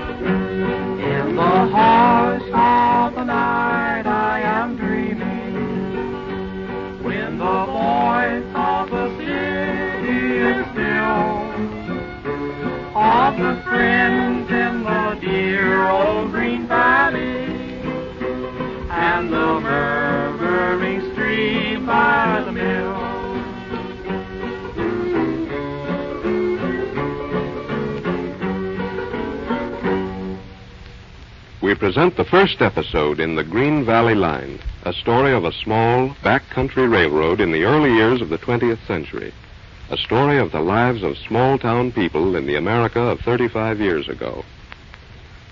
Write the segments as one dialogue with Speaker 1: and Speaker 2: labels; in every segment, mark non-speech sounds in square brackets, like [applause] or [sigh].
Speaker 1: In the hush of the night I am dreaming When the voice of the city is still Of the friends in the dear old green valley And the murmuring stream by the mill
Speaker 2: We present the first episode in the Green Valley Line, a story of a small backcountry railroad in the early years of the 20th century, a story of the lives of small town people in the America of 35 years ago.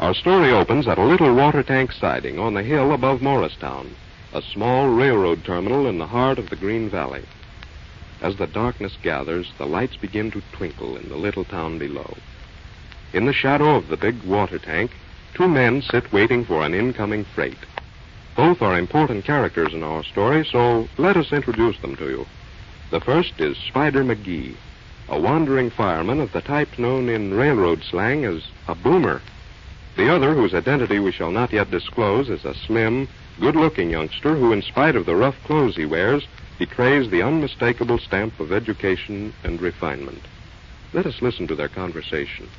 Speaker 2: Our story opens at a little water tank siding on the hill above Morristown, a small railroad terminal in the heart of the Green Valley. As the darkness gathers, the lights begin to twinkle in the little town below. In the shadow of the big water tank, Two men sit waiting for an incoming freight. Both are important characters in our story, so let us introduce them to you. The first is Spider McGee, a wandering fireman of the type known in railroad slang as a boomer. The other, whose identity we shall not yet disclose, is a slim, good looking youngster who, in spite of the rough clothes he wears, betrays the unmistakable stamp of education and refinement. Let us listen to their conversation.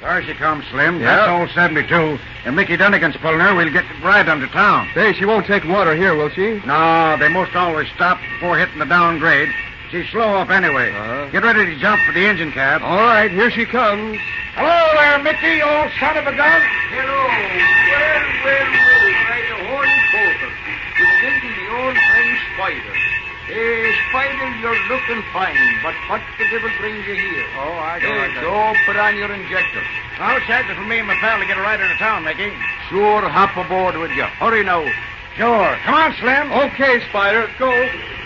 Speaker 3: There she comes, Slim. That's old 72. And Mickey Dunnigan's pulling her. We'll get right under town.
Speaker 4: Say, she won't take water here, will she?
Speaker 3: No, they most always stop before hitting the downgrade. She's slow up anyway.
Speaker 4: Uh-huh.
Speaker 3: Get ready to jump for the engine cab.
Speaker 4: All right, here she comes.
Speaker 3: Hello there, Mickey, old son of a gun.
Speaker 5: Hello. Well, well, well, by the holy poker. You're getting the old friend Spider. Hey, Spider, you're looking fine, but what the devil brings you here?
Speaker 3: Oh, I
Speaker 5: Hey, go put on your injector.
Speaker 3: I'll sack it for me and my pal to get a ride into town, Mickey.
Speaker 5: Sure, hop aboard with you. Hurry now.
Speaker 3: Sure. Come on, Slim.
Speaker 5: Okay, Spider, go.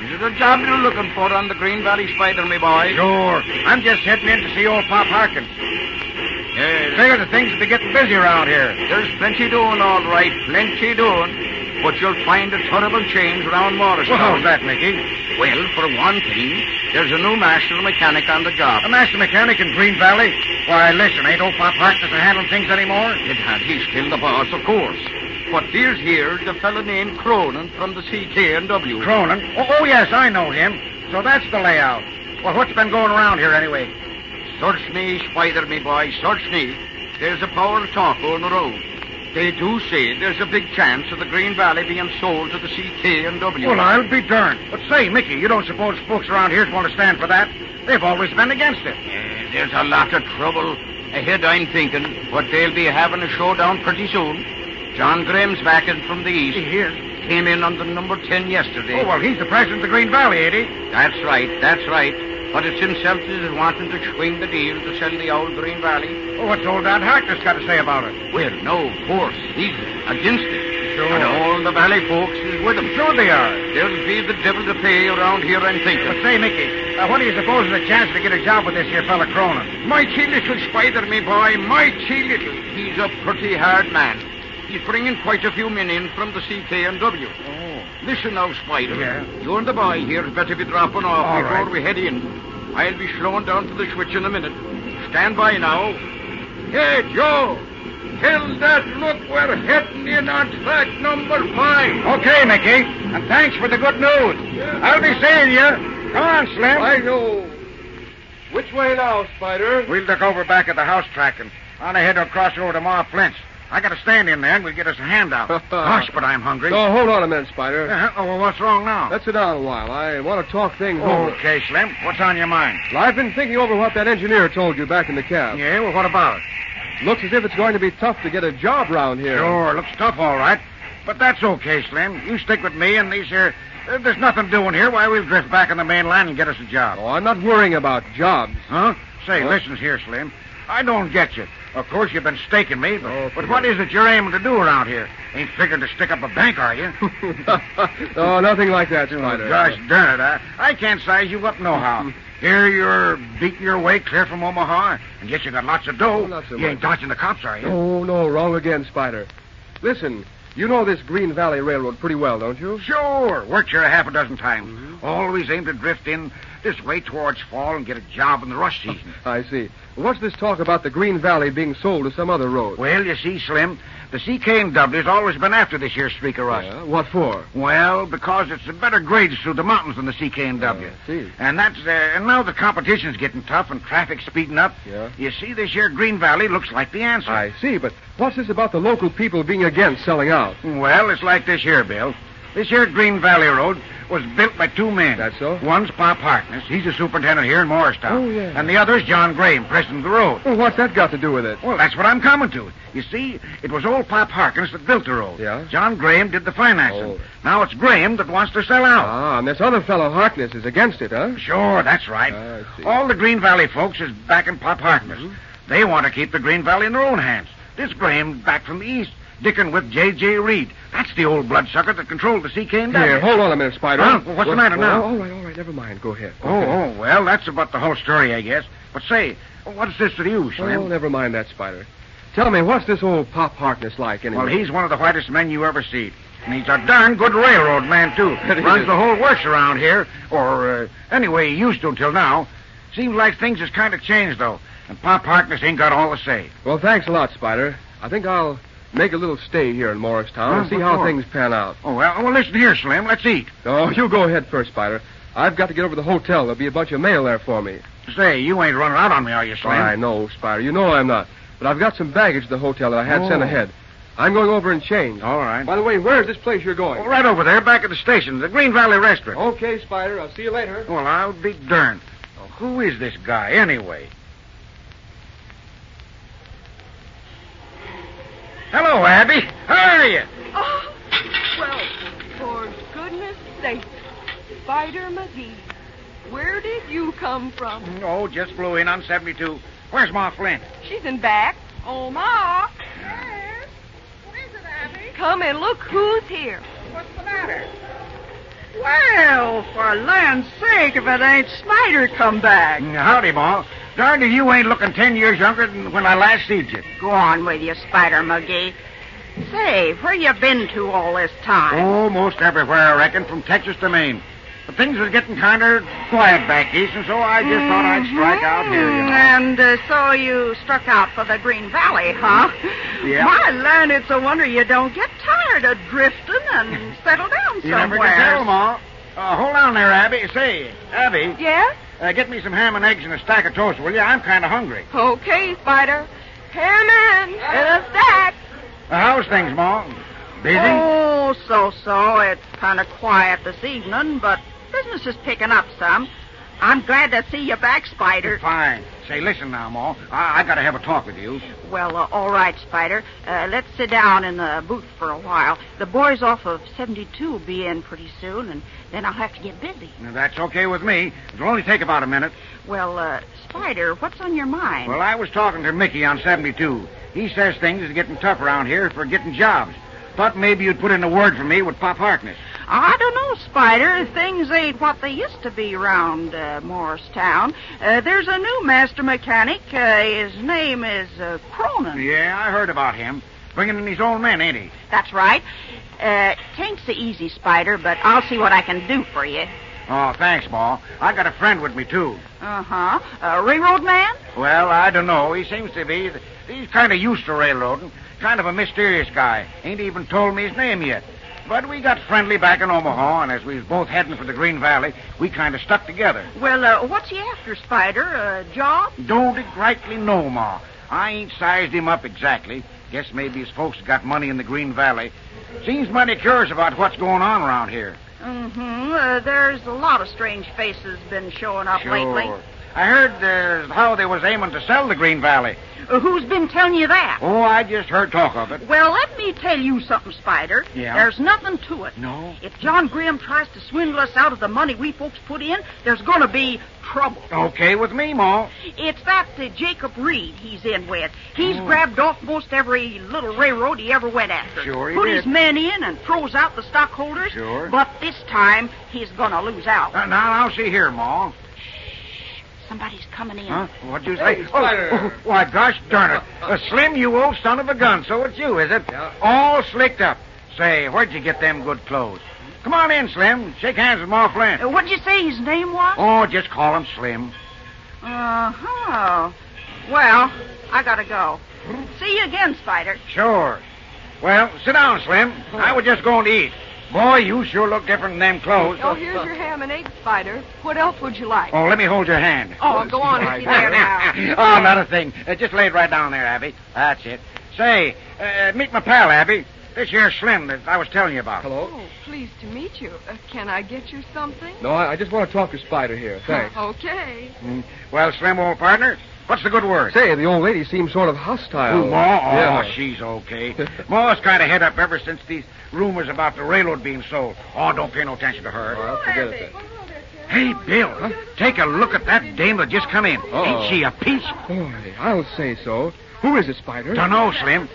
Speaker 5: Is it a job you're looking for on the Green Valley Spider, me boy?
Speaker 3: Sure. I'm just heading in to see old Pop Harkins.
Speaker 5: Hey,
Speaker 3: Figure the things will be getting busy around here.
Speaker 5: There's plenty doing, all right, plenty doing. But you'll find a terrible change around Morristown.
Speaker 3: What's that, Mickey?
Speaker 5: Well, for one thing, there's a new master mechanic on the job.
Speaker 3: A master mechanic in Green Valley? Why, listen, ain't old Pop Harkness handling things anymore?
Speaker 5: It had he's still the boss, of course. But there's here the fellow named Cronin from the CK&W.
Speaker 3: Cronin? Oh, oh, yes, I know him. So that's the layout. Well, what's been going around here anyway?
Speaker 5: Search me, spider me boy, search me. There's a power of talk on the road. They do say there's a big chance of the Green Valley being sold to the CK&W.
Speaker 3: Well, I'll be darned. But say, Mickey, you don't suppose folks around here's want to stand for that? They've always been against it.
Speaker 5: Uh, There's a lot of trouble ahead, I'm thinking, but they'll be having a showdown pretty soon. John Graham's back in from the east.
Speaker 3: He is.
Speaker 5: Came in under number 10 yesterday.
Speaker 3: Oh, well, he's the president of the Green Valley, ain't he?
Speaker 5: That's right, that's right. But it's himself that is wanting to swing the deal to sell the old Green Valley.
Speaker 3: Well, Oh, what's old Dad Harkness got to say about it?
Speaker 5: Well, no, of course, he's against it.
Speaker 3: Sure.
Speaker 5: And all the Valley folks is with him.
Speaker 3: Sure they are.
Speaker 5: There'll be the devil to pay around here, I'm
Speaker 3: But
Speaker 5: thinking.
Speaker 3: say, Mickey, uh, what do you suppose is a chance to get a job with this here fella Cronin?
Speaker 5: Mighty little spider, me boy, mighty little. He's a pretty hard man. He's bringing quite a few men in from the CK&W.
Speaker 3: Oh.
Speaker 5: Listen now, Spider.
Speaker 3: Yeah?
Speaker 5: You and the boy here better be dropping off
Speaker 3: All
Speaker 5: before
Speaker 3: right.
Speaker 5: we head in. I'll be slowing down to the switch in a minute. Stand by now. Hey, Joe! Tell that look we're heading in on track number five.
Speaker 3: Okay, Mickey, and thanks for the good news. I'll be seeing you. Come on, Slim.
Speaker 4: know. Which way now, Spider?
Speaker 3: We'll look over back at the house track and on ahead to a crossroad to Ma Flint's. I got a stand in there and we'll get us
Speaker 5: [laughs]
Speaker 3: a handout. Gosh, but I'm hungry.
Speaker 4: No, hold on a minute, Spider.
Speaker 3: Uh-huh. Oh, well, what's wrong now?
Speaker 4: Let's sit down a while. I want to talk things over.
Speaker 3: Okay, Slim. What's on your mind?
Speaker 4: Well, I've been thinking over what that engineer told you back in the cab.
Speaker 3: Oh. Yeah, well, what about it?
Speaker 4: Looks as if it's going to be tough to get a job round here.
Speaker 3: Sure, looks tough, all right. But that's okay, Slim. You stick with me and these here. uh, there's nothing doing here. Why, we'll drift back on the mainland and get us a job.
Speaker 4: Oh, I'm not worrying about jobs.
Speaker 6: [laughs]
Speaker 3: Huh? Say,
Speaker 4: Huh?
Speaker 3: listen here, Slim. I don't get you. Of course, you've been staking me, but,
Speaker 4: Oh,
Speaker 3: but what is it you're aiming to do around here? Ain't figuring to stick up a bank,
Speaker 4: [laughs]
Speaker 3: are you?
Speaker 4: oh, nothing like that,
Speaker 3: Oh,
Speaker 4: Spider.
Speaker 3: gosh darn it. I, I can't size you up
Speaker 4: [laughs]
Speaker 3: nohow. Here you're beating your way clear from Omaha, and yet you got lots of dough.
Speaker 4: Oh, not so
Speaker 3: you
Speaker 4: much.
Speaker 3: ain't dodging the cops, are you?
Speaker 4: Oh, no, wrong again, Spider. Listen,
Speaker 6: You know this Green Valley Railroad pretty well, don't
Speaker 3: [laughs]
Speaker 6: you?
Speaker 3: Sure. Worked here a half a dozen times.
Speaker 4: Mm-hmm.
Speaker 3: Always aimed to drift in this way towards fall and get a job in the
Speaker 4: [laughs]
Speaker 3: rush season.
Speaker 6: I see. What's this talk about the Green Valley being sold to some other road?
Speaker 3: well, you see, Slim, the CK&W's always been after this year's streak of rust.
Speaker 6: Yeah, what for?
Speaker 3: Well, because it's the better grades through the mountains than the CK&W.
Speaker 6: Uh, I see.
Speaker 3: And that's uh, and now the competition's getting tough and traffic's speeding up.
Speaker 6: Yeah.
Speaker 3: You see, this year Green Valley looks like the answer.
Speaker 6: I see, but what's this about the local people being against selling out?
Speaker 3: Well, it's like this here, Bill. This here Green Valley Road was built by two men.
Speaker 6: That so?
Speaker 3: One's Pop Harkness. He's a superintendent here in Morristown.
Speaker 6: Oh, yeah.
Speaker 3: And the other's John Graham, president of the road.
Speaker 6: Well, what's that got to do with it?
Speaker 3: Well, that's what I'm coming to. You see, it was old Pop Harkness that built the road.
Speaker 6: Yeah?
Speaker 3: John Graham did the financing.
Speaker 6: Oh.
Speaker 3: Now it's Graham that wants to sell out.
Speaker 6: Ah, and this other fellow Harkness is against it, huh?
Speaker 3: Sure, that's right.
Speaker 6: I see. Mm-hmm.
Speaker 3: All the Green Valley folks is backing Pop Harkness. They want to keep the Green Valley in their own hands. This Graham back from the east, dicking with J.J. Reed. That's the old bloodsucker that controlled the CK and
Speaker 6: Here, hold on a minute, Spider.
Speaker 3: Huh? What's the matter
Speaker 6: oh,
Speaker 3: now?
Speaker 6: all right, all right, never mind. Go ahead.
Speaker 3: Oh, oh, well, that's about the whole story, I guess. But say, what's this to you, Slim?
Speaker 6: Oh, never mind that, Spider. Tell me, what's this old Pop Harkness like, anyway?
Speaker 3: well, he's one of the whitest men you ever see. And he's a darn good railroad man,
Speaker 6: [laughs]
Speaker 3: too.
Speaker 6: That he
Speaker 3: Runs
Speaker 6: is.
Speaker 3: the whole works around here, or uh, anyway, he used to till now. Seems like things has kind of changed, though. And Pop Harkness ain't got all the say.
Speaker 6: Well, thanks a lot, Spider. I think I'll make a little stay here in Morristown
Speaker 3: Huh?
Speaker 6: and see
Speaker 3: What
Speaker 6: how
Speaker 3: for?
Speaker 6: things pan out.
Speaker 3: Oh, well, well, listen here, Slim. Let's eat.
Speaker 6: Oh, [laughs] you go ahead first, Spider. I've got to get over to the hotel. There'll be a bunch of mail there for me.
Speaker 3: Say, you ain't running out on me, are you, Slim?
Speaker 6: I know, Spider. You know I'm not. But I've got some baggage at the hotel that I had sent
Speaker 3: Oh.
Speaker 6: ahead. I'm going over and change.
Speaker 3: All right.
Speaker 6: By the way, where's this place you're going?
Speaker 3: Well, right over there, back at the station, the Green Valley Restaurant.
Speaker 6: Okay, Spider. I'll see you later.
Speaker 3: Well, I'll be darned. Now, who is this guy, anyway? Hello, Abby. How are you?
Speaker 7: Oh, well, for goodness sake, Spider McGee, where did you come from?
Speaker 3: Oh, just flew in on 72. Where's Ma Flint?
Speaker 7: She's in back. Oh, Ma. Yes?
Speaker 8: What is it, Abby?
Speaker 7: Come and look who's here.
Speaker 8: What's the matter?
Speaker 9: Well, for land's sake, if it ain't Snyder come back.
Speaker 3: Howdy, Ma. Darned if you ain't looking ten years younger than when I last seed you.
Speaker 9: Go on with you, Spider McGee. Say, where you been to all this time?
Speaker 3: Almost everywhere, I reckon, from Texas to Maine. But things was getting kind of quiet back east, and so I just thought I'd strike out here, you
Speaker 9: Mm,
Speaker 3: know.
Speaker 9: Mm-hmm. And uh, so you struck out for the Green Valley, huh?
Speaker 3: Yeah.
Speaker 9: My land, it's a wonder you don't get tired of drifting and
Speaker 3: [laughs]
Speaker 9: settle down
Speaker 3: You
Speaker 9: somewhere.
Speaker 3: never can tell, Ma. Uh, hold on there, Abby. Say, Abby,
Speaker 7: Yes?
Speaker 3: uh, get me some ham and eggs and a stack of toast, will you? I'm kind of hungry.
Speaker 7: Okay, Spider. Come in. In a sack.
Speaker 3: Uh, how's things, Ma? Busy?
Speaker 9: Oh, so so. It's kind of quiet this evening, but business is picking up some. I'm glad to see you back, Spider.
Speaker 3: Fine. Say, listen now, Ma. I, I got to have a talk with you.
Speaker 9: Well, uh, all right, Spider. Uh, let's sit down in the booth for a while. The boys off of 72 will be in pretty soon, and then I'll have to get busy.
Speaker 3: Now, That's okay with me. It'll only take about a minute.
Speaker 9: Well, uh, Spider, what's on your mind?
Speaker 3: Well, I was talking to Mickey on 72. He says things is getting tough around here for getting jobs. Thought maybe you'd put in a word for me with Pop Harkness.
Speaker 9: Uh, I don't know, Spider. Things ain't what they used to be around uh, Morristown. Uh, there's a new master mechanic. Uh, his name is uh, Cronin.
Speaker 3: Yeah, I heard about him. Bringing in his own men, ain't he?
Speaker 9: That's right. Uh, tank's the easy, Spider, but I'll see what I can do for you.
Speaker 3: Oh, thanks, Ma. I got a friend with me, too.
Speaker 9: Uh-huh. Uh, railroad man?
Speaker 3: Well, I don't know. He seems to be. He's kind of used to railroading. Kind of a mysterious guy. Ain't even told me his name yet. But we got friendly back in Omaha, and as we was both heading for the Green Valley, we kind of stuck together.
Speaker 9: Well, uh, what's he after, Spider? A job?
Speaker 3: Don't exactly know, Ma. I ain't sized him up exactly. Guess maybe his folks got money in the Green Valley. Seems mighty curious about what's going on around here.
Speaker 9: Mm-hmm. Uh, there's a lot of strange faces been showing up lately.
Speaker 3: I heard there's how they was aiming to sell the Green Valley.
Speaker 9: Uh, who's been telling you that?
Speaker 3: Oh, I just heard talk of it.
Speaker 9: Well, let me tell you something, Spider.
Speaker 3: Yeah?
Speaker 9: There's nothing to it.
Speaker 3: No.
Speaker 9: If John Graham tries to swindle us out of the money we folks put in, there's going to be trouble.
Speaker 3: Okay with me, Ma.
Speaker 9: It's that uh, Jacob Reed he's in with. He's grabbed off most every little railroad he ever went after.
Speaker 3: Sure he
Speaker 9: Put
Speaker 3: did.
Speaker 9: his men in and throws out the stockholders.
Speaker 3: Sure.
Speaker 9: But this time he's gonna lose out.
Speaker 3: Uh, now, now, see here, Ma.
Speaker 9: Somebody's coming in.
Speaker 3: Huh? What'd you say?
Speaker 6: Hey,
Speaker 3: oh,
Speaker 6: Spider.
Speaker 3: oh, why, gosh darn it. Uh, Slim, you old son of a gun. So it's you, is it? All slicked up. Say, where'd you get them good clothes? Come on in, Slim. Shake hands with Ma Flynn.
Speaker 9: Uh, what'd you say his name was?
Speaker 3: Oh, just call him Slim.
Speaker 9: Uh huh. Well, I gotta go. See you again, Spider.
Speaker 3: Sure. Well, sit down, Slim. I was just going to eat. Boy, you sure look different in them clothes.
Speaker 7: Oh, here's your ham and egg, Spider. What else would you like?
Speaker 3: Oh, let me hold your hand.
Speaker 7: Oh, go on with you there now.
Speaker 3: [laughs] oh, not a thing. Uh, just lay it right down there, Abby. That's it. Say, uh, meet my pal, Abby. This here Slim that I was telling you about.
Speaker 6: Hello?
Speaker 7: Oh, pleased to meet you. Uh, can I get you something?
Speaker 6: No, I, I just want to talk to Spider here.
Speaker 3: [laughs]
Speaker 6: Thanks.
Speaker 7: [laughs] Okay.
Speaker 3: Mm. Well, Slim, old partner, what's the good word?
Speaker 6: Say, the old lady seems sort of hostile.
Speaker 3: Oh, Ma? Oh,
Speaker 6: yeah.
Speaker 3: she's
Speaker 6: [laughs]
Speaker 3: okay. Ma's kind of head up ever since these rumors about the railroad being sold. Oh, don't pay no attention to her.
Speaker 6: Well, forget it then.
Speaker 3: Hey, Bill, take a look at that dame that just come in.
Speaker 6: Uh-oh.
Speaker 3: Ain't she a peach?
Speaker 6: Boy, I'll say so. Who is it, Spider?
Speaker 3: Dunno, Slim.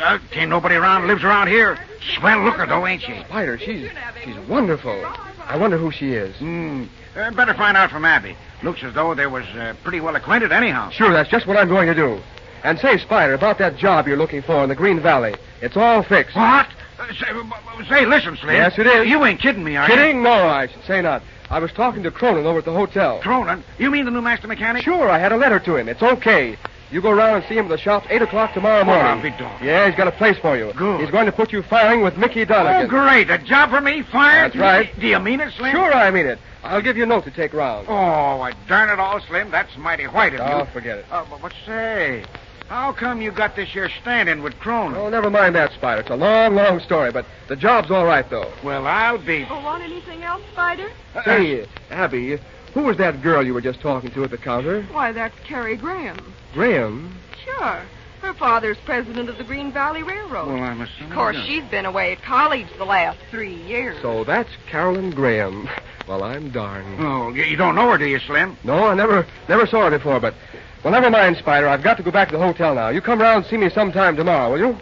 Speaker 3: Uh, can't nobody around lives around here. Swell looker, though, ain't she?
Speaker 6: Spider, she's she's wonderful. I wonder who she is.
Speaker 3: Hmm. Uh, better find out from Abby. Looks as though they was uh, pretty well acquainted anyhow.
Speaker 6: Sure, that's just what I'm going to do. And say, Spider, about that job you're looking for in the Green Valley. It's all fixed.
Speaker 3: What? Uh, say, w- w- say, listen, Slim.
Speaker 6: Yes, it is.
Speaker 3: You ain't kidding me, are you?
Speaker 6: Kidding? No, I should say not. I was talking to Cronin over at the hotel.
Speaker 3: Cronin? You mean the new master mechanic?
Speaker 6: Sure, I had a letter to him. It's okay. You go round and see him at the shop eight o'clock tomorrow
Speaker 3: Oh, I'll
Speaker 6: morning.
Speaker 3: be darned.
Speaker 6: yeah, he's got a place for you.
Speaker 3: Good.
Speaker 6: He's going to put you firing with Mickey
Speaker 3: Oh,
Speaker 6: Donegan.
Speaker 3: great. A job for me, fired?
Speaker 6: That's right.
Speaker 3: Do you mean it, Slim?
Speaker 6: Sure, I mean it. I'll give you a note to take round.
Speaker 3: Oh, uh, darn it all, Slim. That's mighty white of
Speaker 6: Oh,
Speaker 3: you.
Speaker 6: forget it.
Speaker 3: Uh, but, but say, how come you got this here standing with Cronin?
Speaker 6: Oh, never mind that, Spider. It's a long, long story, but the job's all right, though.
Speaker 3: Well, I'll be.
Speaker 7: Oh, want anything else, Spider?
Speaker 6: Say, Abby, who was that girl you were just talking to at the counter?
Speaker 7: Why, that's Carrie Graham.
Speaker 6: Graham?
Speaker 7: Sure. Her father's president of the Green Valley Railroad.
Speaker 3: Well, I'm assuming.
Speaker 7: of course, she's been away at college the last three years.
Speaker 6: So that's Carolyn Graham. Well, I'm darned.
Speaker 3: Oh, you you don't know her, do you, Slim?
Speaker 6: No, I never, never saw her before, but... Well, never mind, Spider. I've got to go back to the hotel now. You come round and see me sometime tomorrow, will you?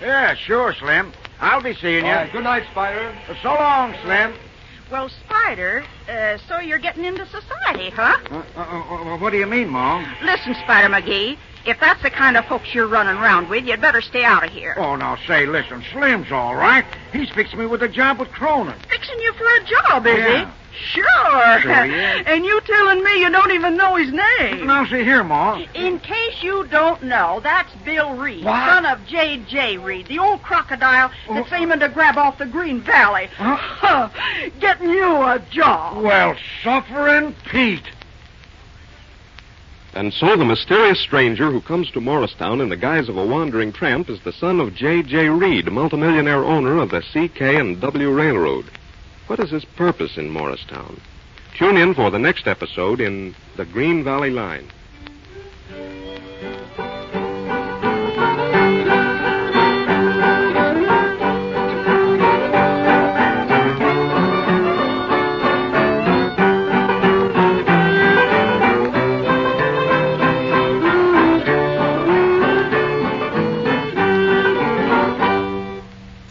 Speaker 3: Yeah, sure, Slim. I'll be seeing you.
Speaker 4: All right, good night, Spider.
Speaker 3: So long, Slim.
Speaker 9: Well, Spider, uh, so you're getting into society, huh?
Speaker 3: Uh, uh, uh, uh, what do you mean, Mom?
Speaker 9: Listen, Spider McGee, if that's the kind of folks you're running around with, you'd better stay out of here.
Speaker 3: Oh, now say, listen, Slim's all right. He's fixed me with a job with Cronin.
Speaker 9: Fixing you for a job, is
Speaker 3: Yeah.
Speaker 9: he? Sure.
Speaker 3: Sure he is.
Speaker 9: [laughs] And you telling me you don't even know his name?
Speaker 3: Now see here, Ma.
Speaker 9: In case you don't know, that's Bill Reed,
Speaker 3: What?
Speaker 9: son of J.J. Reed, the old crocodile that's
Speaker 3: Oh.
Speaker 9: aiming to grab off the Green Valley.
Speaker 3: Huh?
Speaker 9: Getting you a job.
Speaker 3: Well, suffering Pete.
Speaker 2: And so the mysterious stranger who comes to Morristown in the guise of a wandering tramp is the son of J.J. Reed, multimillionaire owner of the C.K. and W. Railroad. What is his purpose in Morristown? Tune in for the next episode in The Green Valley Line.